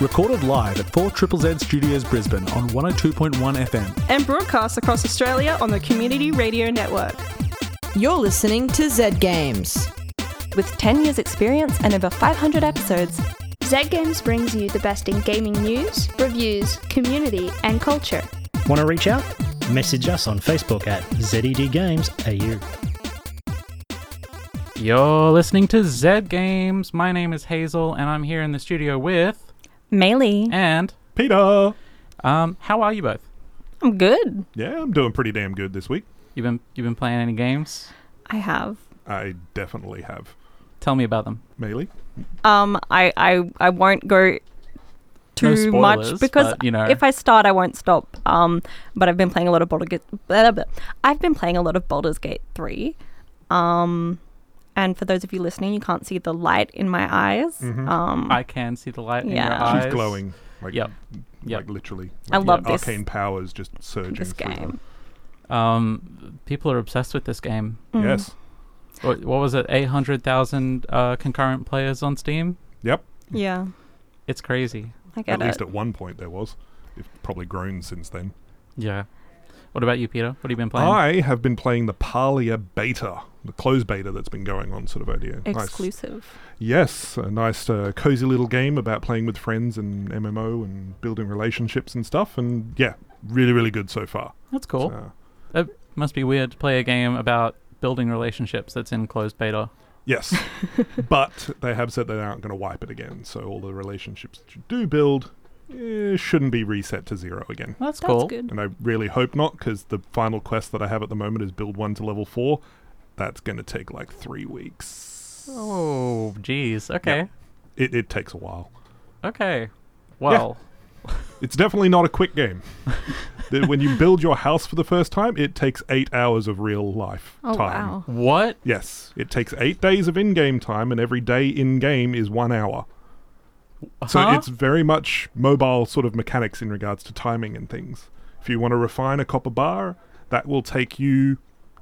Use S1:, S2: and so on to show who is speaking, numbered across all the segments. S1: Recorded live at 4 Triple Z Studios Brisbane on 102.1 FM.
S2: and broadcast across Australia on the Community Radio Network.
S3: You're listening to Z Games.
S4: With 10 years' experience and over 500 episodes,
S5: Z Games brings you the best in gaming news, reviews, community, and culture.
S6: Want to reach out? Message us on Facebook at E ZEDGamesAU.
S7: You're listening to Zed Games. My name is Hazel, and I'm here in the studio with
S4: Melee.
S7: and
S8: Peter.
S7: um. How are you both?
S2: I'm good.
S8: Yeah, I'm doing pretty damn good this week.
S7: You've been you've been playing any games?
S2: I have.
S8: I definitely have.
S7: Tell me about them.
S8: Melee?
S2: Um, I, I, I won't go
S7: No
S2: too much
S7: spoilers,
S2: because
S7: but, you know.
S2: if I start, I won't stop. Um, but I've been playing a lot of Baldur's Gate. blah, blah, blah. I've been playing a lot of Baldur's Gate three. Um, and for those of you listening, you can't see the light in my eyes. Um,
S7: Mm-hmm. I can see the light in your
S2: Yeah.
S7: eyes.
S8: She's glowing. Like,
S7: Ah, Yep.
S8: like
S7: Yep.
S8: literally.
S2: I
S8: Like,
S2: love this-
S8: Arcane powers just surging
S2: this
S8: through
S2: game.
S8: them.
S7: Um, people are obsessed with this game.
S2: mm-hmm.
S8: Yes.
S7: What, what was it? Eight hundred thousand uh, concurrent players on Steam.
S8: Yep.
S2: yeah,
S7: It's crazy.
S2: I get
S8: At
S2: it.
S8: least at one point there was. It's probably grown since then.
S7: Yeah. What about you, Peter? What have you been playing?
S8: I have been playing the Parlia beta, the closed beta that's been going on sort of ODO. Nice.
S2: Exclusive.
S8: Yes, a nice uh, cozy little game about playing with friends and MMO and building relationships and stuff. And yeah, really, really good so far.
S7: That's cool.
S8: So,
S7: It must be weird to play a game about building relationships that's in closed beta.
S8: Yes, but they have said they aren't going to wipe it again. So all the relationships that you do build eh, shouldn't be reset to zero again.
S7: That's,
S2: That's
S7: cool.
S2: good.
S8: And I really hope not, because the final quest that I have at the moment is build one to level four. That's going to take like three weeks.
S7: Oh, jeez. Okay.
S8: It, it takes a while.
S7: Okay. Well,
S8: It's definitely not a quick game. The- when you build your house for the first time, it takes eight hours of real life
S2: Oh
S8: time.
S2: wow.
S7: what?
S8: Yes, it takes eight days of in-game time, and every day in-game is one hour. So
S7: Huh?
S8: it's very much mobile sort of mechanics in regards to timing and things. If you want to refine a copper bar, that will take you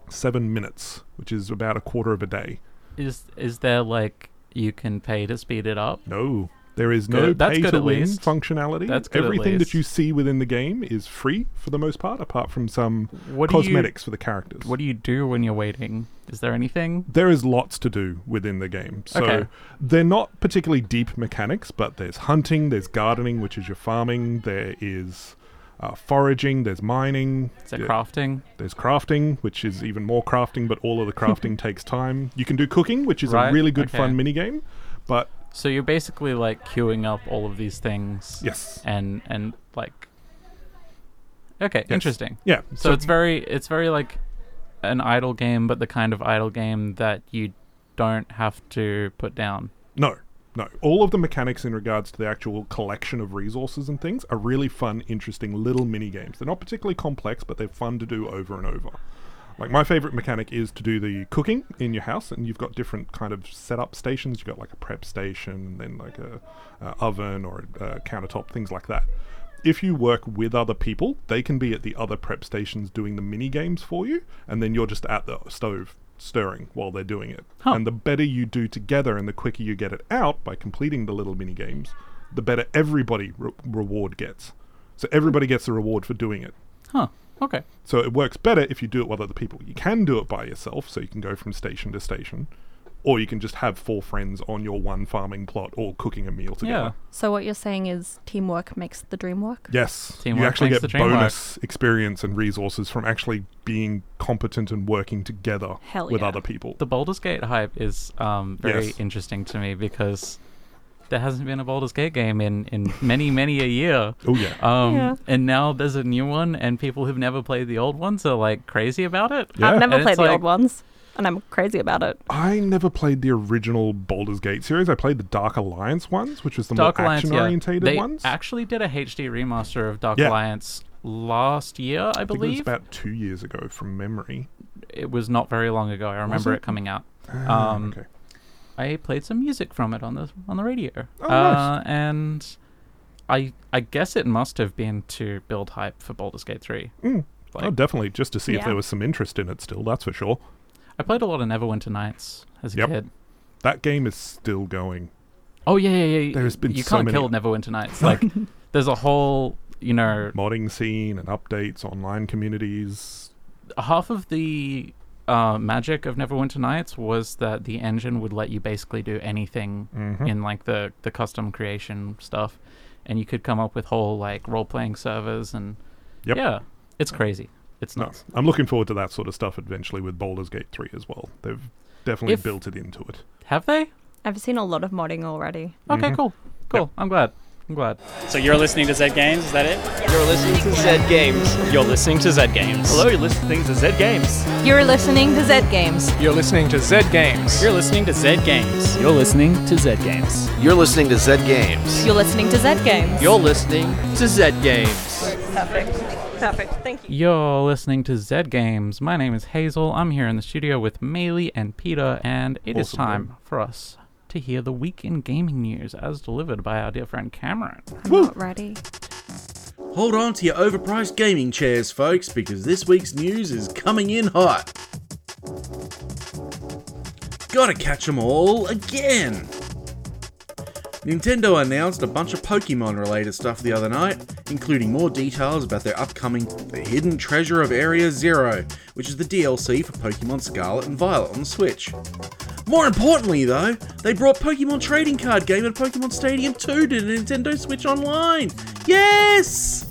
S8: seven minutes, which is about a quarter of a day.
S7: Is is there like you can pay to speed it up?
S8: No, there is no
S7: Good. That's
S8: pay
S7: good
S8: to
S7: at
S8: win
S7: least.
S8: functionality.
S7: That's good at
S8: Everything
S7: least.
S8: that you see within the game is free for the most part, apart from some
S7: What do you-
S8: cosmetics for the characters.
S7: What do you do when you're waiting? Is there anything?
S8: there is lots to do within the game. So
S7: Okay.
S8: they're not particularly deep mechanics, but there's hunting, there's gardening, which is your farming, there is uh, foraging, there's mining,
S7: Is there
S8: yeah,
S7: crafting?
S8: there's crafting, which is even more crafting, but all of the crafting takes time. You can do cooking, which is
S7: Right,
S8: a really good
S7: okay.
S8: fun mini game, but
S7: So you're basically like queuing up all of these things.
S8: yes.
S7: And and like. Okay,
S8: Yes.
S7: interesting.
S8: Yeah,
S7: So it's very it's very like an idle game, but the kind of idle game that you don't have to put down.
S8: No, no. All of the mechanics in regards to the actual collection of resources and things are really fun, interesting little mini games. They're not particularly complex, but they're fun to do over and over. Like my favorite mechanic is to do the cooking in your house, and you've got different kind of setup stations. You've got like a prep station, and then like a, a oven or a, a countertop, things like that. If you work with other people, they can be at the other prep stations doing the mini games for you, and then you're just at the stove stirring while they're doing it.
S7: Huh.
S8: And the better you do together and the quicker you get it out by completing the little mini games, the better everybody re- reward gets. So everybody gets a reward for doing it.
S7: Huh. Okay.
S8: So it works better if you do it with other people. You can do it by yourself, so you can go from station to station, or you can just have four friends on your one farming plot all cooking a meal together.
S2: So what you're saying is teamwork makes the dream work.
S8: Yes,
S7: Teamwork
S8: you actually
S7: makes
S8: get
S7: the dream work.
S8: bonus experience and resources from actually being competent and working together
S2: Hell
S8: with
S2: yeah.
S8: other people.
S7: the Baldur's Gate hype is um, very
S8: Yes.
S7: interesting to me because there hasn't been a Baldur's Gate game in, in many, many a year.
S8: oh yeah,
S7: Um,
S2: Yeah.
S7: And now there's a new one, and people who've never played the old ones are like crazy about it.
S8: Yeah.
S2: I've never
S7: And it's
S2: played the old
S7: like-
S2: ones, and I'm crazy about it.
S8: I never played the original Baldur's Gate series. I played the Dark Alliance ones, which was the
S7: Dark
S8: more
S7: Alliance, yeah.
S8: action-orientated
S7: They
S8: ones.
S7: actually did a HD remaster of Dark
S8: Yeah.
S7: Alliance last year, I
S8: I think it was
S7: believe.
S8: about two years ago from memory.
S7: it was not very long ago. I remember
S8: it?
S7: it coming out.
S8: Ah,
S7: Um,
S8: okay.
S7: I played some music from it on the on the radio.
S8: Oh, nice.
S7: uh, and I I guess it must have been to build hype for Baldur's Gate 3.
S8: Mm.
S7: Like,
S8: oh, definitely, just to see
S2: Yeah.
S8: if there was some interest in it still, that's for sure.
S7: I played a lot of Neverwinter Nights as a
S8: Yep.
S7: kid.
S8: That game is still going.
S7: Oh yeah, yeah, yeah.
S8: There's been
S7: you
S8: so
S7: can't
S8: many.
S7: kill Neverwinter Nights. Like, there's a whole, you know,
S8: modding scene and updates, online communities.
S7: half of the uh, magic of Neverwinter Nights was that the engine would let you basically do anything
S8: Mhm.
S7: in like the the custom creation stuff, and you could come up with whole like role playing servers and
S8: Yep.
S7: yeah, it's crazy. It's
S8: No,
S7: nuts.
S8: I'm looking forward to that sort of stuff eventually with Baldur's Gate 3 as well. They've definitely
S7: If-
S8: built it into it.
S7: Have they?
S2: I've seen a lot of modding already.
S8: Mm-hmm.
S7: Okay, cool, cool. I'm glad. I'm glad.
S9: So you're listening to Zed Games, is that it?
S10: You're listening to Zed Games.
S9: You're listening to Zed Games.
S10: Hello, you're listening to Zed Games.
S3: You're listening to Zed Games.
S10: You're listening to Zed Games.
S9: You're listening to Zed Games. You're listening to Zed Games.
S11: You're listening to Zed Games.
S2: You're listening to Zed Games.
S10: You're listening to Zed Games.
S2: Perfect. Perfect. Thank you.
S7: You're listening to Zed Games. My name is Hazel. I'm here in the studio with Meili and Peter, and it is
S8: Awesome,
S7: time
S8: man.
S7: for us to hear the week in gaming news as delivered by our dear friend Cameron.
S2: I'm not ready.
S11: Hold on to your overpriced gaming chairs, folks, because this week's news is coming in hot. Gotta catch 'em all again! Nintendo announced a bunch of Pokemon related stuff the other night, including more details about their upcoming The Hidden Treasure of Area Zero, which is the DLC for Pokemon Scarlet and Violet on the Switch. More importantly, though, they brought Pokemon Trading Card Game and Pokemon Stadium 2 to Nintendo Switch Online! Yes!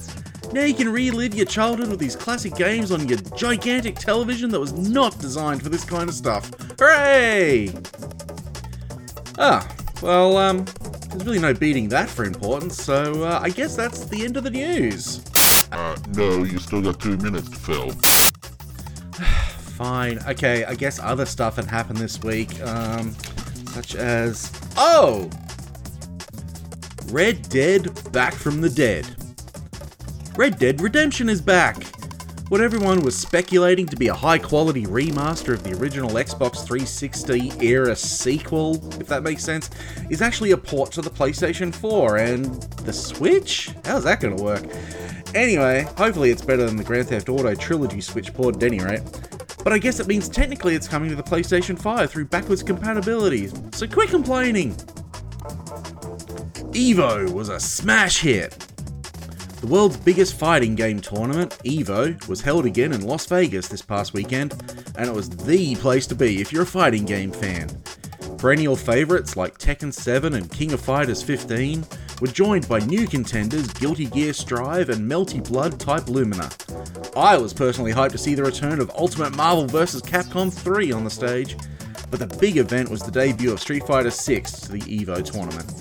S11: Now you can relive your childhood with these classic games on your gigantic television that was not designed for this kind of stuff. Hooray! Ah, well, um, there's really no beating that for importance, so uh, I guess that's the end of the news.
S10: No, you still got two minutes to fill.
S11: Fine. Okay, I guess other stuff had happened this week, um, such as oh, Red Dead Back from the Dead. Red Dead Redemption is back. What everyone was speculating to be a high quality remaster of the original Xbox 360 era sequel, if that makes sense, is actually a port to the PlayStation 4 and the Switch? How's that gonna work? Anyway, hopefully it's better than the Grand Theft Auto trilogy Switch port at any rate. But I guess it means technically it's coming to the PlayStation 5 through backwards compatibility, so quit complaining! Evo was a smash hit! The world's biggest fighting game tournament, Evo, was held again in Las Vegas this past weekend, and it was the place to be if you're a fighting game fan. Perennial favourites like Tekken 7 and King of Fighters 15 were joined by new contenders Guilty Gear Strive and Melty Blood Type Lumina. I was personally hyped to see the return of Ultimate Marvel vs. Capcom 3 on the stage, but the big event was the debut of Street Fighter 6 to the EVO tournament.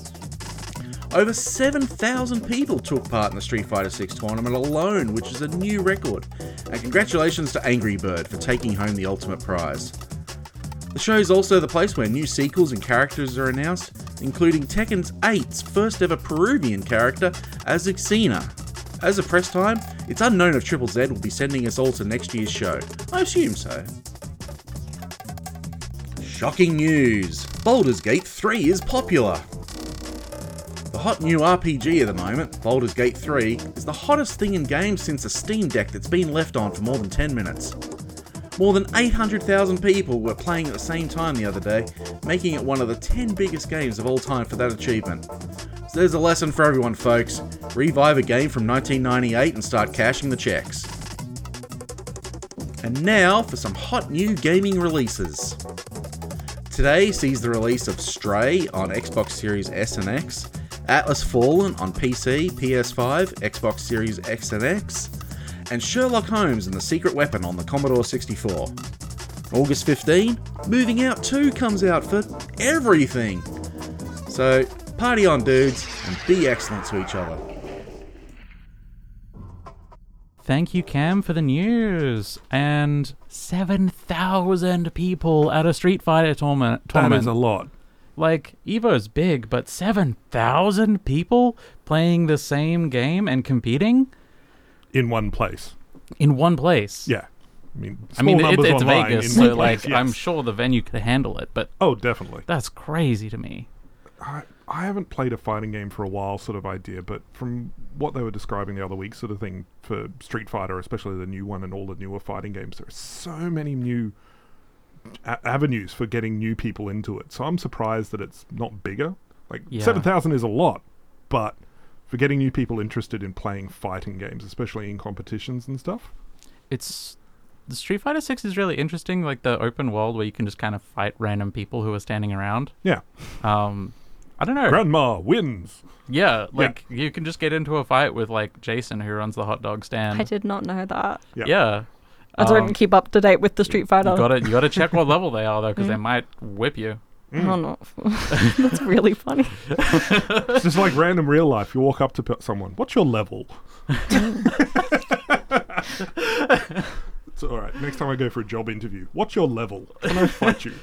S11: Over 7,000 people took part in the Street Fighter 6 tournament alone, which is a new record. And congratulations to Angry Bird for taking home the ultimate prize. The show is also the place where new sequels and characters are announced, including Tekken's 8's first ever Peruvian character, Azucena. As of press time, it's unknown if Triple Z will be sending us all to next year's show. I assume so. Shocking news! Baldur's Gate 3 is popular! The hot new RPG at the moment, Baldur's Gate 3, is the hottest thing in games since a Steam Deck that's been left on for more than 10 minutes. More than 800,000 people were playing at the same time the other day, making it one of the 10 biggest games of all time for that achievement. So there's a lesson for everyone, folks. Revive a game from 1998 and start cashing the checks. And now for some hot new gaming releases. Today sees the release of Stray on Xbox Series S and X, Atlas Fallen on PC, PS5, Xbox Series X and X, and Sherlock Holmes and the Secret Weapon on the Commodore 64. August 15, Moving Out 2 comes out for everything. So, party on, dudes, and be excellent to each other.
S7: Thank you, Cam, for the news. And 7,000 people at a Street Fighter tourna-
S8: That
S7: tournament.
S8: is a lot.
S7: like, Evo's big, but 7,000 people playing the same game and competing
S8: In one place.
S7: in one place.
S8: Yeah. I mean, small
S7: I mean, it,
S8: numbers
S7: it's
S8: online
S7: Vegas,
S8: in one
S7: so
S8: place,
S7: like I'm
S8: yes.
S7: sure the venue could handle it, but
S8: Oh, definitely.
S7: that's crazy to me.
S8: I, I haven't played a fighting game for a while, sort of idea, but from what they were describing the other week, sort of thing for Street Fighter, especially the new one and all the newer fighting games, there are so many new a- avenues for getting new people into it. So I'm surprised that it's not bigger. Like
S7: Yeah.
S8: seven thousand is a lot, but for getting new people interested in playing fighting games, especially in competitions and stuff,
S7: it's the Street Fighter Six is really interesting, like the open world where you can just kind of fight random people who are standing around.
S8: Yeah.
S7: Um, I don't know.
S8: Grandma wins.
S7: Yeah, like you can just get into a fight with like Jason who runs the hot dog stand.
S2: I did not know that.
S7: Yeah.
S2: I don't
S7: Um,
S2: keep up to date with the Street Fighter.
S7: You gotta you gotta check what level they are though, because they
S2: Mm.
S7: might whip you.
S8: Mm.
S2: Oh no, that's really funny.
S8: it's just like random real life. You walk up to pe- someone, "What's your level?" it's all right. Next time I go for a job interview, what's your level? Can I fight you?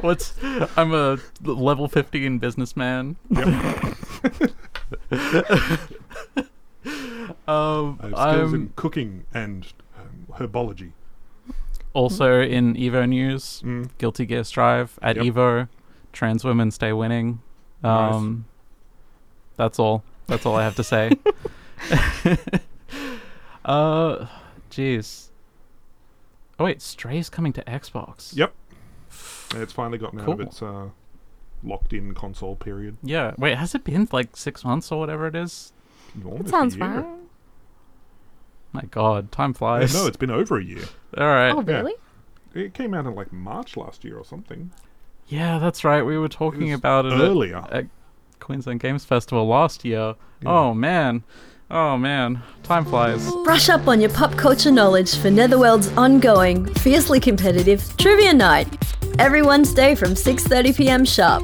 S7: What's I'm a level fifteen businessman. um,
S8: I have skills in
S7: I'm
S8: cooking and um, herbology. Mm.
S7: also in Evo news. Guilty Gear Strive at
S8: Yep.
S7: Evo. Trans women stay winning.
S8: Nice.
S7: Um, That's all. That's all I have to say. uh, jeez. Oh wait, Stray's coming to Xbox.
S8: Yep. And it's finally gotten out of
S7: Cool.
S8: its uh, locked-in console period.
S7: Yeah. Wait, has it been like six months or whatever it is?
S8: Almost a
S2: sounds
S8: year.
S2: right.
S7: My God, time
S8: Yeah,
S7: flies.
S8: no, it's been over a year.
S7: all right.
S2: Oh
S8: Yeah.
S2: really?
S8: It came out in like March last year or something.
S7: Yeah, that's right. We were talking
S8: was
S7: about it uh, um, at-
S8: earlier.
S7: at, Queensland Games Festival last year. Oh man. Oh man. Time flies.
S12: Brush up on your pop culture knowledge for Netherworld's ongoing, fiercely competitive trivia night every Wednesday from 6:30 p.m. sharp.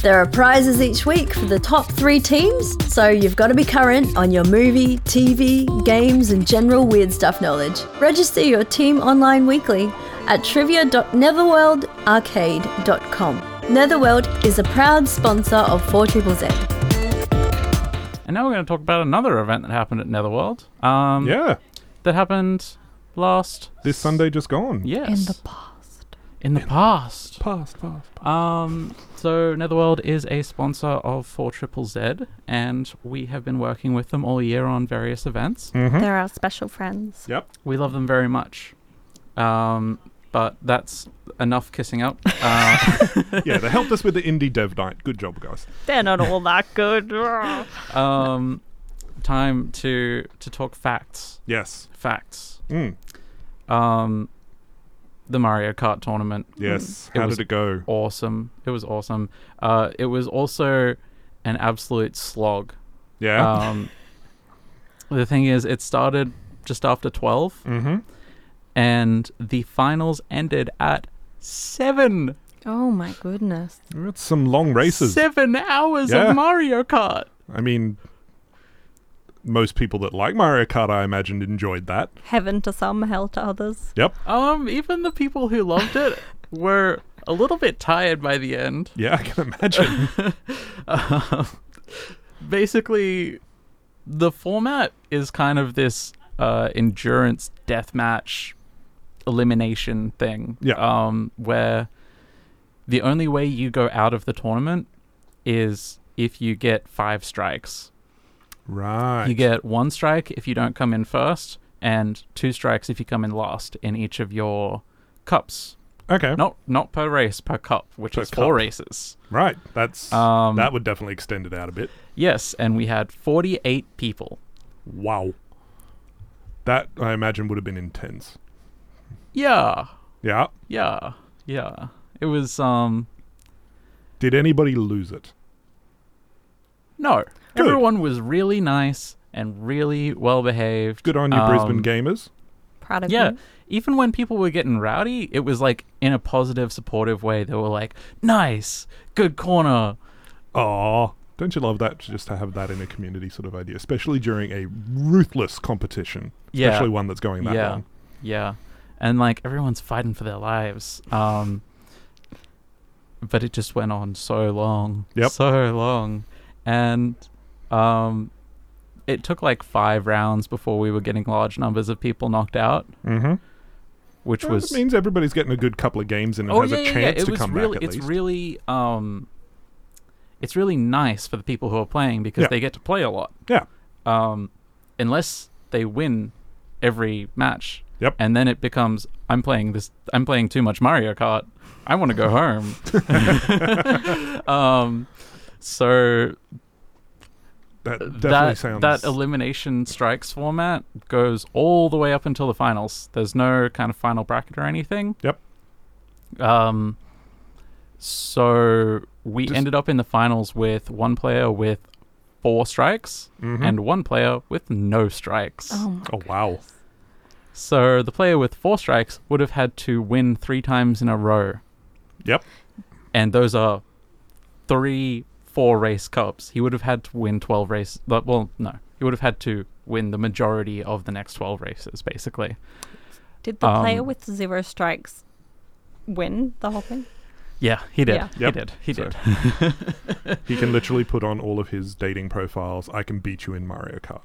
S12: There are prizes each week for the top 3 teams, so you've got to be current on your movie, TV, games and general weird stuff knowledge. Register your team online weekly at trivia.netherworldarcade.com. Netherworld is a proud sponsor of 4 Z.
S7: And now we're going to talk about another event that happened at Netherworld. Um,
S8: yeah.
S7: That happened last.
S8: This Sunday just gone.
S7: Yes. In the past. In the past.
S8: Past, past.
S7: Um, so Netherworld is a sponsor of 4 Triple Z, and we have been working with them all year on various events.
S2: They're our special friends.
S8: Yep.
S7: We love them very much. Um, but that's enough kissing up. Uh,
S8: yeah, they helped us with the indie dev night. Good job, guys.
S2: They're not all that good. Ugh.
S7: um, time to to talk facts.
S8: Yes.
S7: Facts.
S8: Mm.
S7: Um, the Mario Kart tournament.
S8: Yes. How did
S7: was
S8: it go?
S7: Awesome. It was awesome. Uh, it was also an absolute slog.
S8: Yeah.
S7: Um, the thing is, it started just after 12
S8: Mhm.
S7: and the finals ended at seven.
S2: Oh my goodness.
S8: We had some long races.
S7: Seven hours
S8: Yeah.
S7: of Mario Kart.
S8: I mean, most people that like Mario Kart, I imagined, enjoyed that.
S2: Heaven to some, hell to others.
S8: Yep.
S7: Um, even the people who loved it were a little bit tired by the end.
S8: Yeah, I can imagine.
S7: Um, basically, the format is kind of this uh, endurance deathmatch elimination thing.
S8: Yeah.
S7: Um, where the only way you go out of the tournament is if you get five strikes.
S8: right.
S7: You get one strike if you don't come in first, and two strikes if you come in last in each of your cups.
S8: okay.
S7: Not not per race, per cup, which
S8: Per
S7: is four
S8: cup.
S7: races.
S8: Right. That's
S7: Um,
S8: that would definitely extend it out a bit.
S7: Yes, and we had forty-eight people.
S8: Wow. That I imagine would have been intense.
S7: Yeah,
S8: Yeah.
S7: yeah, yeah. It was um
S8: Did anybody lose it?
S7: no.
S8: Good.
S7: Everyone was really nice and really well behaved.
S8: Good on you,
S7: Um,
S8: Brisbane Mm-hmm. gamers.
S2: Proud of
S7: Yeah,
S2: you.
S7: even when people were getting rowdy, it was like in a positive, supportive way. They were like, "Nice, good corner."
S8: Aw. Don't you love that just to have that in a community sort of idea, especially during a ruthless competition,
S7: Yeah.
S8: especially one that's going that
S7: yeah,
S8: long.
S7: yeah, and like everyone's fighting for their lives. Um, but it just went on so long,
S8: Yep.
S7: so long, and um, it took like five rounds before we were getting large numbers of people knocked out,
S8: Mm-hmm.
S7: which
S8: Well,
S7: was Oh,
S8: it means everybody's getting a good couple of games in and has a chance
S7: It
S8: to
S7: was
S8: come
S7: really,
S8: back at
S7: it's
S8: least.
S7: really, um, it's really nice for the people who are playing because
S8: Yeah.
S7: they get to play a lot.
S8: yeah.
S7: Um, unless they win every match,
S8: Yep.
S7: And then it becomes I'm playing this I'm playing too much Mario Kart. I want to go home. um so
S8: that definitely
S7: that,
S8: sounds
S7: that elimination strikes format goes all the way up until the finals. There's no kind of final bracket or anything.
S8: Yep.
S7: Um so we
S8: Just-
S7: ended up in the finals with one player with four strikes
S8: Mhm.
S7: and one player with no strikes.
S2: Mm-hmm. Oh my
S8: Oh wow.
S7: So the player with four strikes would have had to win three times in a row.
S8: Yep.
S7: And those are three four race cups. He would have had to win 12 races. Well, no. He would have had to win the majority of the next 12 races, basically.
S2: Did the player
S7: Um,
S2: with zero strikes win the whole thing?
S7: Yeah, he did.
S2: Yeah.
S7: He did. He did.
S8: did. he can literally put on all of his dating profiles. I can beat you in Mario Kart.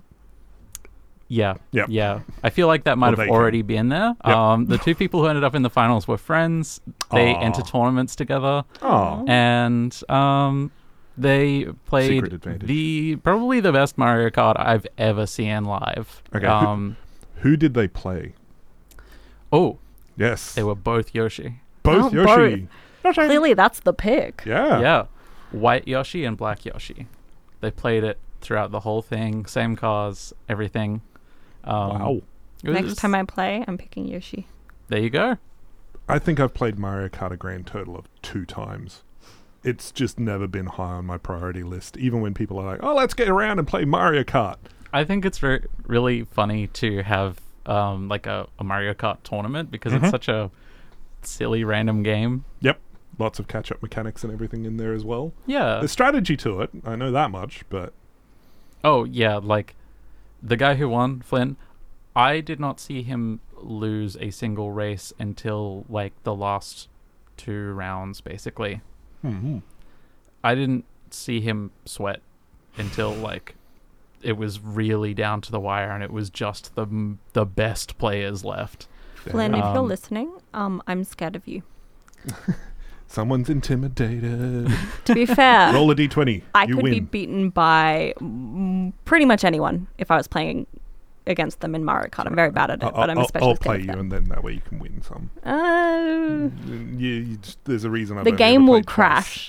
S7: Yeah.
S8: Yep.
S7: Yeah. I feel like that
S8: Well,
S7: might
S8: they
S7: have
S8: can.
S7: already been there. Um, the two people who ended up in the finals were friends. They
S8: Aw.
S7: entered tournaments together.
S8: Aw.
S7: And um, they
S8: Secret
S7: played
S8: advantage.
S7: the probably the best Mario Kart I've ever seen live.
S8: Okay. who-
S7: Um,
S8: who, did they play?
S7: oh.
S8: Yes.
S7: They were both Yoshi.
S2: Oh,
S8: Both Yoshi.
S2: both. Clearly, that's the pick.
S8: Yeah.
S7: Yeah. White Yoshi and Black Yoshi. They played it throughout the whole thing. Same cars, everything. Um,
S8: Wow.
S7: it was-
S2: Next time I play, I'm picking Yoshi.
S7: There you go.
S8: I think I've played Mario Kart a grand total of two times. It's just never been high on my priority list, even when people are like, oh, let's get around and play Mario Kart.
S7: I think it's re- really funny to have um, like a, a Mario Kart tournament because
S8: Mhm.
S7: it's such a silly random game.
S8: Yep. Lots of catch up mechanics and everything in there as well.
S7: Yeah.
S8: There's strategy to it. I know that much, but
S7: Oh yeah, like the guy who won, Flynn. I did not see him lose a single race until like the last two rounds, basically.
S8: Mhm.
S7: I didn't see him sweat until like it was really down to the wire, and it was just the m- the best players left.
S2: Flynn, if you're
S7: Um,
S2: listening, um, I'm scared of you.
S8: someone's intimidated.
S2: To be fair,
S8: Roll a d20.
S2: I
S8: you
S2: could
S8: win.
S2: be beaten by mm, pretty much anyone if I was playing against them in Mario Kart. I'm very bad at it,
S8: I'll,
S2: but I'm
S8: I'll-
S2: especially
S8: I'll play you, and then that way you can win some.
S2: Uh,
S8: Mm, You, you just, there's a reason. I've
S2: the
S8: only
S2: game
S8: ever
S2: will
S8: played twice.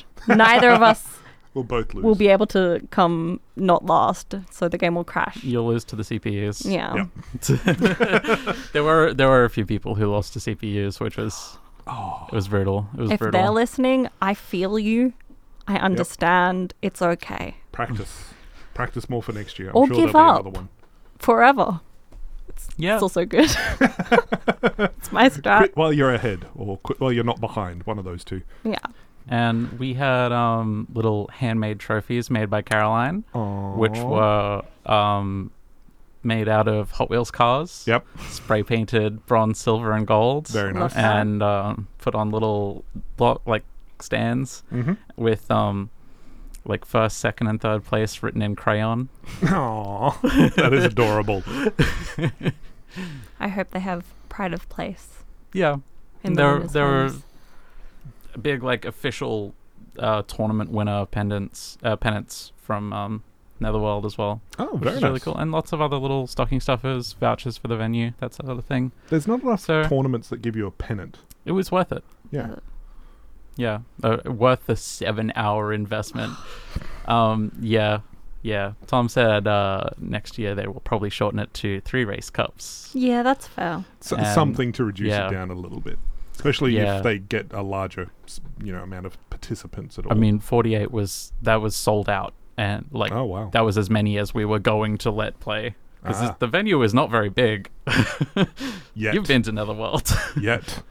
S2: crash. Neither of us
S8: We'll both lose.
S2: will be able to come not last, so the game will crash.
S7: You'll lose to the CPUs.
S2: Yeah.
S7: there were there were a few people who lost to CPUs, which was it was brutal. It was
S2: Oh. If
S7: brutal.
S2: they're listening, I feel you. I understand. It's okay.
S8: practice. Practice more for next year. I'm
S2: Or
S8: sure
S2: give
S8: there'll
S2: up.
S8: be another one.
S2: Forever. It's,
S7: yeah.
S2: it's also good. it's my strat.
S8: Quit while you're ahead, or quit while you're not behind. One of those two.
S2: Yeah.
S7: and we had um, little handmade trophies made by Caroline, which
S8: Aw.
S7: were um, made out of Hot Wheels cars.
S8: Yep.
S7: Spray painted bronze, silver, and gold.
S8: Very Love nice. that.
S7: And um, put on little block like stands
S8: Mhm.
S7: with um, like first, second, and third place written in crayon.
S8: Aw, that is adorable.
S2: I hope they have pride of place.
S7: Yeah.
S2: In the
S7: there
S2: winners'
S7: there were
S2: homes.
S7: big like official uh, tournament winner pendants uh, pennants from um, Netherworld as well.
S8: Oh,
S7: which
S8: very
S7: is really
S8: nice.
S7: cool. And lots of other little stocking stuffers, vouchers for the venue, that sort of thing.
S8: There's not enough
S7: So-
S8: tournaments that give you a pennant.
S7: It was worth it.
S8: Yeah.
S7: Yeah, uh, worth the seven-hour investment. um, yeah, yeah. Tom said uh, next year they will probably shorten it to three race cups.
S2: Yeah, that's fair.
S8: S-
S7: And-
S8: something to reduce
S7: Um, yeah.
S8: it down a little bit, especially
S7: Yeah.
S8: if they get a larger, s- you know, amount of participants at all.
S7: I mean, 48 was that was sold out, and like,
S8: Oh, wow.
S7: that was as many as we were going to let play because
S8: Ah.
S7: the venue is not very big.
S8: Yet.
S7: You've been to Netherworld
S8: yet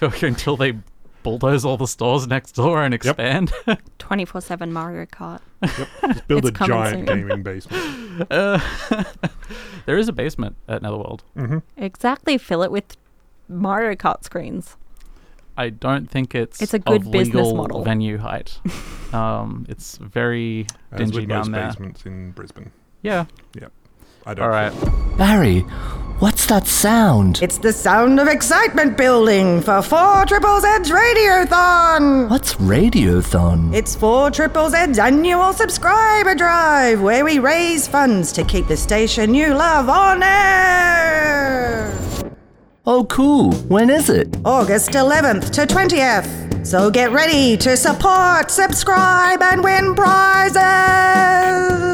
S7: until they bulldoze all the stores next door and expand.
S2: 24 7 Mario Kart.
S8: just build a
S2: It's coming
S8: giant
S2: soon.
S8: gaming basement.
S7: Uh, there is a basement at Netherworld.
S8: Mm-hmm.
S2: Exactly. Fill it with Mario Kart screens.
S7: I don't think it's
S2: It's a good
S7: of
S2: business
S7: legal
S2: model.
S7: venue height. um, it's very
S8: As
S7: dingy
S8: with
S7: down
S8: most
S7: there.
S8: basements in Brisbane.
S7: Yeah.
S8: Yep. I don't.
S7: All right.
S13: Barry, what's that sound?
S14: It's the sound of excitement building for 4 Triple Z's Radiothon!
S13: What's Radiothon?
S14: It's 4 Triple Z's annual subscriber drive where we raise funds to keep the station you love on air!
S13: Oh, cool. When is it?
S14: August 11th to 20th. So get ready to support, subscribe, and win prizes!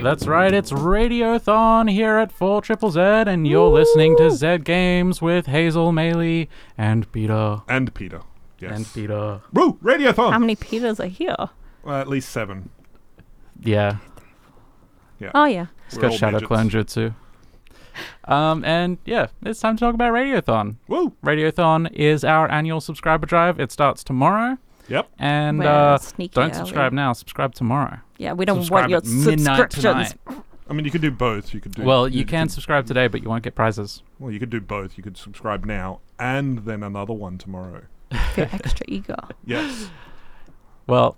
S7: That's right, it's Radiothon here at 4 Triple Z, and you're listening to Z Games with Hazel Maley and Peter.
S8: And Peter, yes.
S7: And Peter.
S8: Woo! Radiothon!
S2: How many Peters are here?
S8: Well, at least seven.
S7: Yeah.
S8: Yeah.
S2: Oh, yeah.
S7: It's
S8: We're
S7: got
S8: all
S7: Shadow
S8: midgets.
S7: Clone Jutsu. Um, and yeah, it's time to talk about Radiothon.
S8: Woo!
S7: Radiothon is our annual subscriber drive. It starts tomorrow.
S8: Yep.
S7: And
S2: We're
S7: uh,
S2: sneaky
S7: don't
S2: early.
S7: subscribe now, subscribe tomorrow.
S2: Yeah, we don't want
S7: Subscribe
S2: your
S7: at midnight
S2: subscriptions.
S7: tonight.
S8: I mean, you could do both. You could do
S7: Well, you
S8: Mm-hmm.
S7: can subscribe today, but you won't get prizes.
S8: Well, you could do both. You could subscribe now and then another one tomorrow.
S2: You're extra eager.
S8: Yes.
S7: Well,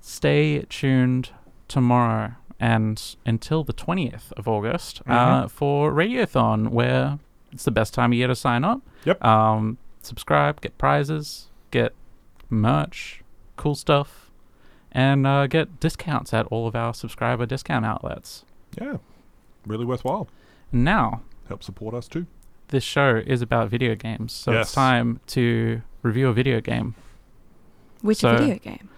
S7: stay tuned tomorrow and until the 20th of August uh,
S8: Mhm.
S7: for Radiothon, where it's the best time of year to sign up.
S8: Yep.
S7: Um, subscribe, get prizes, get merch, cool stuff, and uh, get discounts at all of our subscriber discount outlets.
S8: Yeah. Really worthwhile.
S7: Now,
S8: Help support us too.
S7: this show is about video games, so
S8: Yes.
S7: it's time to review a video game.
S2: Which
S7: So-
S2: video game?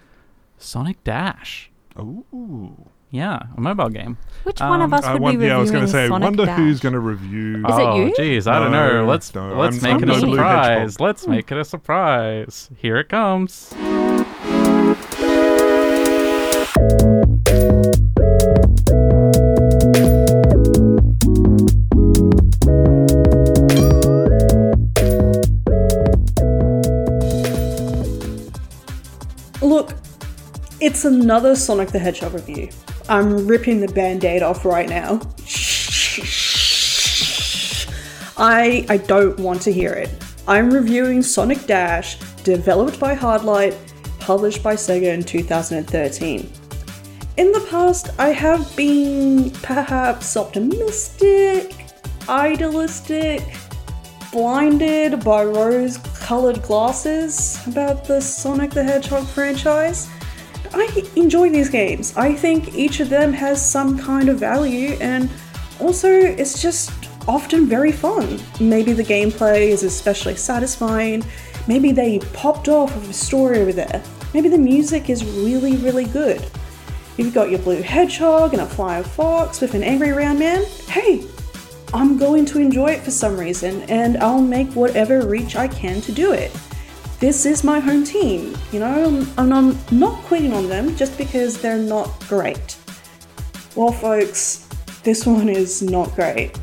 S7: Sonic Dash.
S8: Ooh.
S7: Yeah, a mobile game.
S2: Which one of us
S8: I
S2: would
S8: won-
S2: be
S8: um, uh, yeah, I was gonna
S2: reviewing
S8: say, I
S2: Sonic
S8: wonder
S2: Dash?
S8: who's going to review.
S2: Is it
S7: oh,
S2: you?
S7: jeez, I don't know.
S8: No,
S7: Let's
S8: no,
S7: let's
S8: I'm-
S7: make
S8: I'm
S7: it a
S8: the blue
S7: surprise.
S8: hedgehog. Hmm.
S7: Let's make it a surprise. Here it comes.
S15: Look, it's another Sonic the Hedgehog review. I'm ripping the band aid off right now. I, I don't want to hear it. I'm reviewing Sonic Dash, developed by Hardlight, published by Sega in 2013. In the past, I have been perhaps optimistic, idealistic, blinded by rose colored glasses about the Sonic the Hedgehog franchise. I enjoy these games. I think each of them has some kind of value, and also it's just often very fun. Maybe the gameplay is especially satisfying, maybe they popped off of a story over there, maybe the music is really, really good. You've got your blue hedgehog and a flying fox with an angry round man. Hey, I'm going to enjoy it for some reason, and I'll make whatever reach I can to do it. This is my home team, you know, and I'm not quitting on them just because they're not great. Well, folks, this one is not great.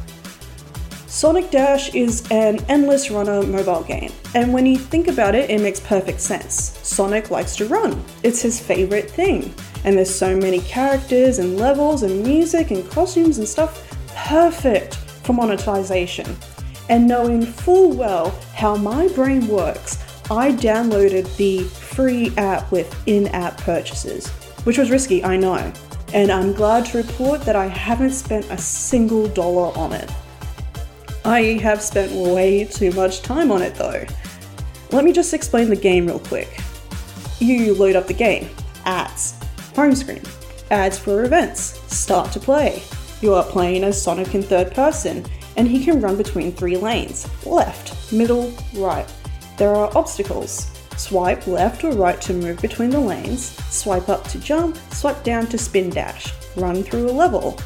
S15: Sonic Dash is an endless runner mobile game, and when you think about it, it makes perfect sense. Sonic likes to run, it's his favorite thing, and there's so many characters and levels and music and costumes and stuff perfect for monetization. And knowing full well how my brain works, I downloaded the free app with in app purchases, which was risky, I know, and I'm glad to report that I haven't spent a single dollar on it. I have spent way too much time on it though. Let me just explain the game real quick. You load up the game, ads, home screen, ads for events, start to play. You are playing as Sonic in third person, and he can run between three lanes left, middle, right. There are obstacles. Swipe left or right to move between the lanes, swipe up to jump, swipe down to spin dash, run through a level.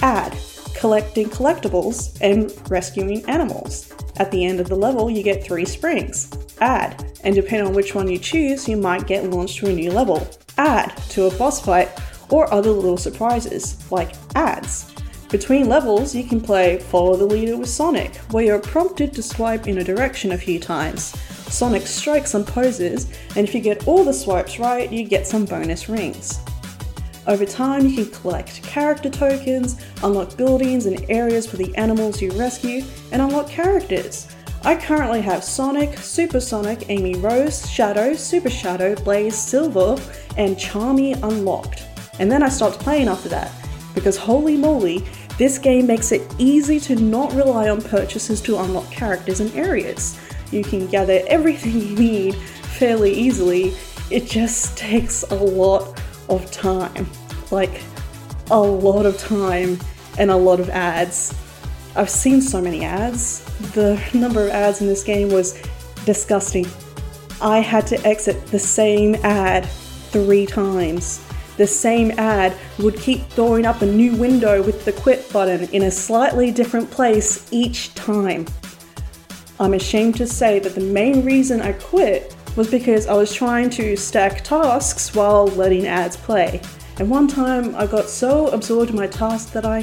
S15: Add collecting collectibles and rescuing animals. At the end of the level, you get three springs. Add, and depending on which one you choose, you might get launched to a new level. Add to a boss fight or other little surprises, like ads. Between levels, you can play Follow the Leader with Sonic, where you're prompted to swipe in a direction a few times. Sonic strikes some poses, and if you get all the swipes right, you get some bonus rings. Over time, you can collect character tokens, unlock buildings and areas for the animals you rescue, and unlock characters. I currently have Sonic, Super Sonic, Amy Rose, Shadow, Super Shadow, Blaze, Silver, and Charmy unlocked. And then I stopped playing after that, because holy moly, this game makes it easy to not rely on purchases to unlock characters and areas. You can gather everything you need fairly easily, it just takes a lot of time. Like, a lot of time and a lot of ads. I've seen so many ads. The number of ads in this game was disgusting. I had to exit the same ad three times. The same ad would keep throwing up a new window with the quit button in a slightly different place each time. I'm ashamed to say that the main reason I quit was because I was trying to stack tasks while letting ads play. And one time I got so absorbed in my task that I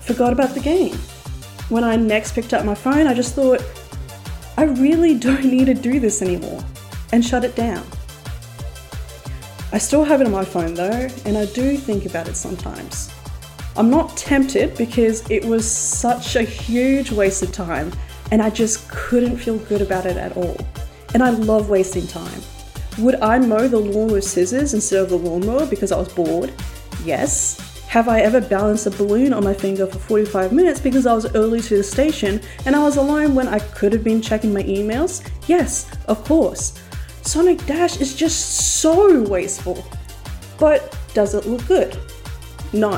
S15: forgot about the game. When I next picked up my phone, I just thought, I really don't need to do this anymore, and shut it down. I still have it on my phone though, and I do think about it sometimes. I'm not tempted because it was such a huge waste of time, and I just couldn't feel good about it at all. And I love wasting time. Would I mow the lawn with scissors instead of the lawnmower because I was bored? Yes. Have I ever balanced a balloon on my finger for 45 minutes because I was early to the station and I was alone when I could have been checking my emails? Yes, of course. Sonic Dash is just so wasteful. But does it look good? No.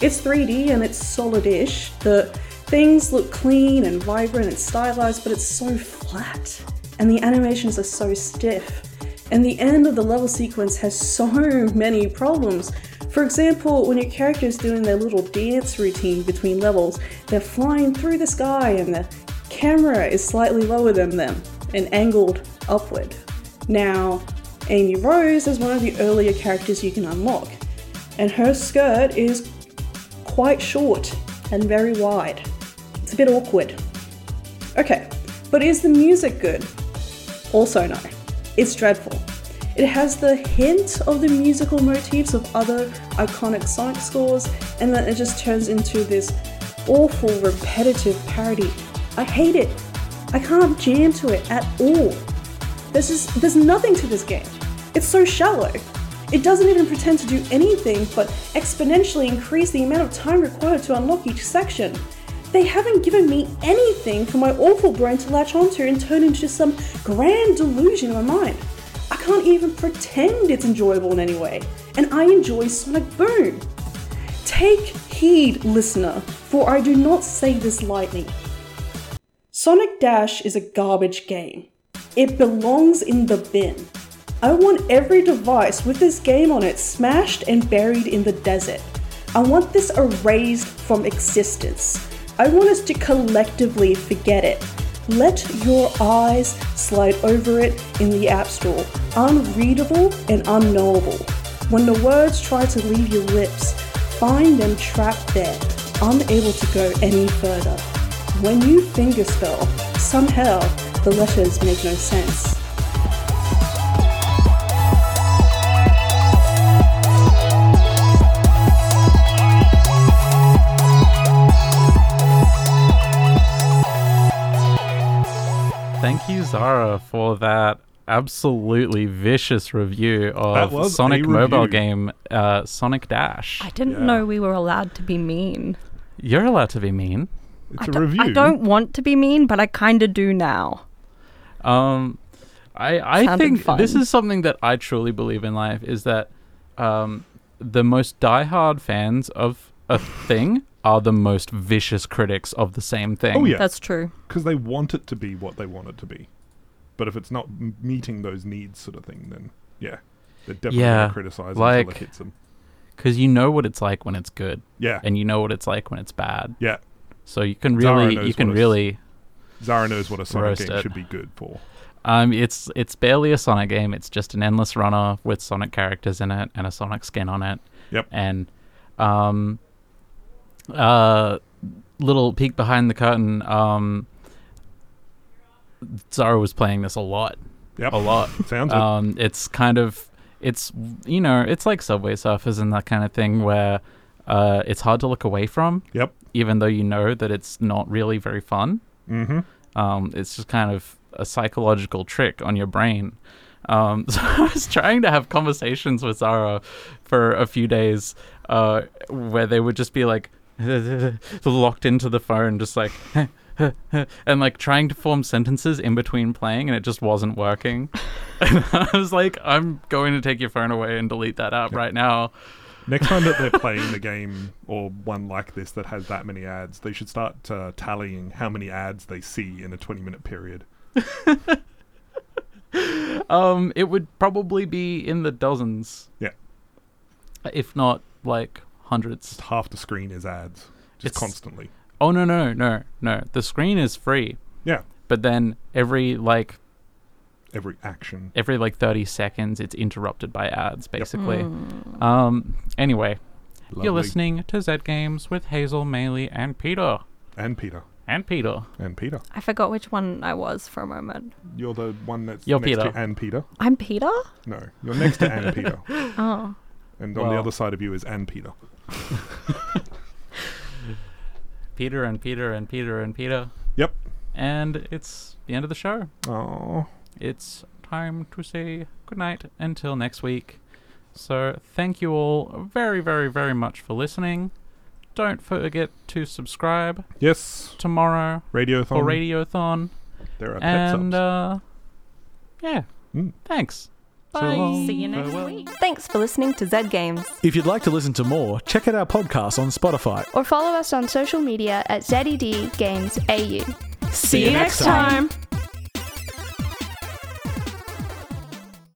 S15: It's 3D and it's solid ish. The things look clean and vibrant and stylized, but it's so flat. And the animations are so stiff. And the end of the level sequence has so many problems. For example, when your character is doing their little dance routine between levels, they're flying through the sky and the camera is slightly lower than them and angled upward. Now, Amy Rose is one of the earlier characters you can unlock, and her skirt is quite short and very wide. It's a bit awkward. Okay, but is the music good? Also, no. It's dreadful. It has the hint of the musical motifs of other iconic Sonic scores, and then it just turns into this awful, repetitive parody. I hate it. I can't jam to it at all. There's just there's nothing to this game. It's so shallow. It doesn't even pretend to do anything but exponentially increase the amount of time required to unlock each section. They haven't given me anything for my awful brain to latch onto and turn into some grand delusion in my mind. I can't even pretend it's enjoyable in any way, and I enjoy Sonic Boom. Take heed, listener, for I do not say this lightly. Sonic Dash is a garbage game. It belongs in the bin. I want every device with this game on it smashed and buried in the desert. I want this erased from existence. I want us to collectively forget it. Let your eyes slide over it in the App Store, unreadable and unknowable. When the words try to leave your lips, find them trapped there, unable to go any further. When you fingerspell, somehow the letters make no sense.
S7: Thank you, Zara, for that absolutely vicious review
S8: That
S7: of
S8: was
S7: Sonic
S8: a
S7: mobile
S8: review.
S7: game uh, Sonic Dash.
S2: I didn't know we were allowed to be mean.
S7: You're allowed to be mean.
S2: I don't- I don't want to be mean, but I kind of do now.
S7: Um, I I
S2: Sounded
S7: think this
S2: fun.
S7: is something that I truly believe in life is that um, the most diehard fans of a thing are the most vicious critics of the same thing.
S8: Oh yeah,
S2: true.
S8: Because they want it to be what they want it to be, but if it's not m- meeting those needs, sort of thing, then yeah, they're definitely
S7: yeah,
S8: gonna criticize until it
S7: like
S8: hits them.
S7: because you know what it's like when it's good.
S8: Yeah.
S7: and you know what it's like when it's bad.
S8: Yeah,
S7: so you can
S8: Zara
S7: really
S8: knows
S7: you can
S8: what a s-
S7: really
S8: Zara knows what a Sonic
S7: roast
S8: game
S7: it.
S8: should be good for.
S7: Um, it's it's barely a Sonic game. It's just an endless runner with Sonic characters in it and a Sonic skin on it.
S8: Yep.
S7: And um, uh, little peek behind the curtain. Um, Zara was playing this a lot.
S8: Yep.
S7: A lot.
S8: Sounds it.
S7: um, it's kind of it's you know it's like Subway Surfers and that kind of thing where uh, it's hard to look away from.
S8: Yep.
S7: Even though you know that it's not really very fun.
S8: Mhm.
S7: Um, it's just kind of a psychological trick on your brain. Um, so I was trying to have conversations with Zara for a few days uh, where they would just be like locked into the phone, just like. and like trying to form sentences in between playing and it just wasn't working. And I was like, I'm going to take your phone away and delete that app right now.
S8: Next time that they're playing the game or one like this that has that many ads, they should start uh, tallying how many ads they see in a 20 minute period.
S7: Um, it would probably be in the dozens.
S8: Yeah.
S7: If not like hundreds.
S8: Half the screen is ads, just constantly.
S7: Oh no no no no! The screen is free.
S8: Yeah.
S7: But then every like.
S8: Every action.
S7: Every like thirty seconds, it's interrupted by ads, basically.
S16: Mm.
S7: Um. Anyway,
S8: Lovely.
S7: you're listening to Z Games with Hazel, Maley, and Peter.
S8: And Peter.
S7: And Peter.
S8: And Peter.
S2: I forgot which one I was for a moment.
S8: You're the one that's
S7: You're
S8: next
S7: Peter.
S8: to Ann Peter.
S2: I'm Peter?
S8: No, you're next to Ann Peter.
S2: Oh.
S8: And on the
S7: Well.
S8: other side of you is Ann Peter.
S7: Peter and Peter and Peter and Peter.
S8: Yep.
S7: And it's the end of the show.
S8: Oh.
S7: It's time to say goodnight until next week. So thank you all very, very, very much for listening. Don't forget to subscribe.
S8: Yes.
S7: Tomorrow.
S8: Radiothon.
S7: For Radiothon.
S8: There are pet
S7: And uh yeah. Thanks. Bye.
S4: See you next
S7: week.
S4: Thanks for listening to Zed Games.
S1: If you'd like to listen to more, check out our podcast on Spotify.
S5: Or follow us on social media at ZED E Games AU.
S1: See you next time.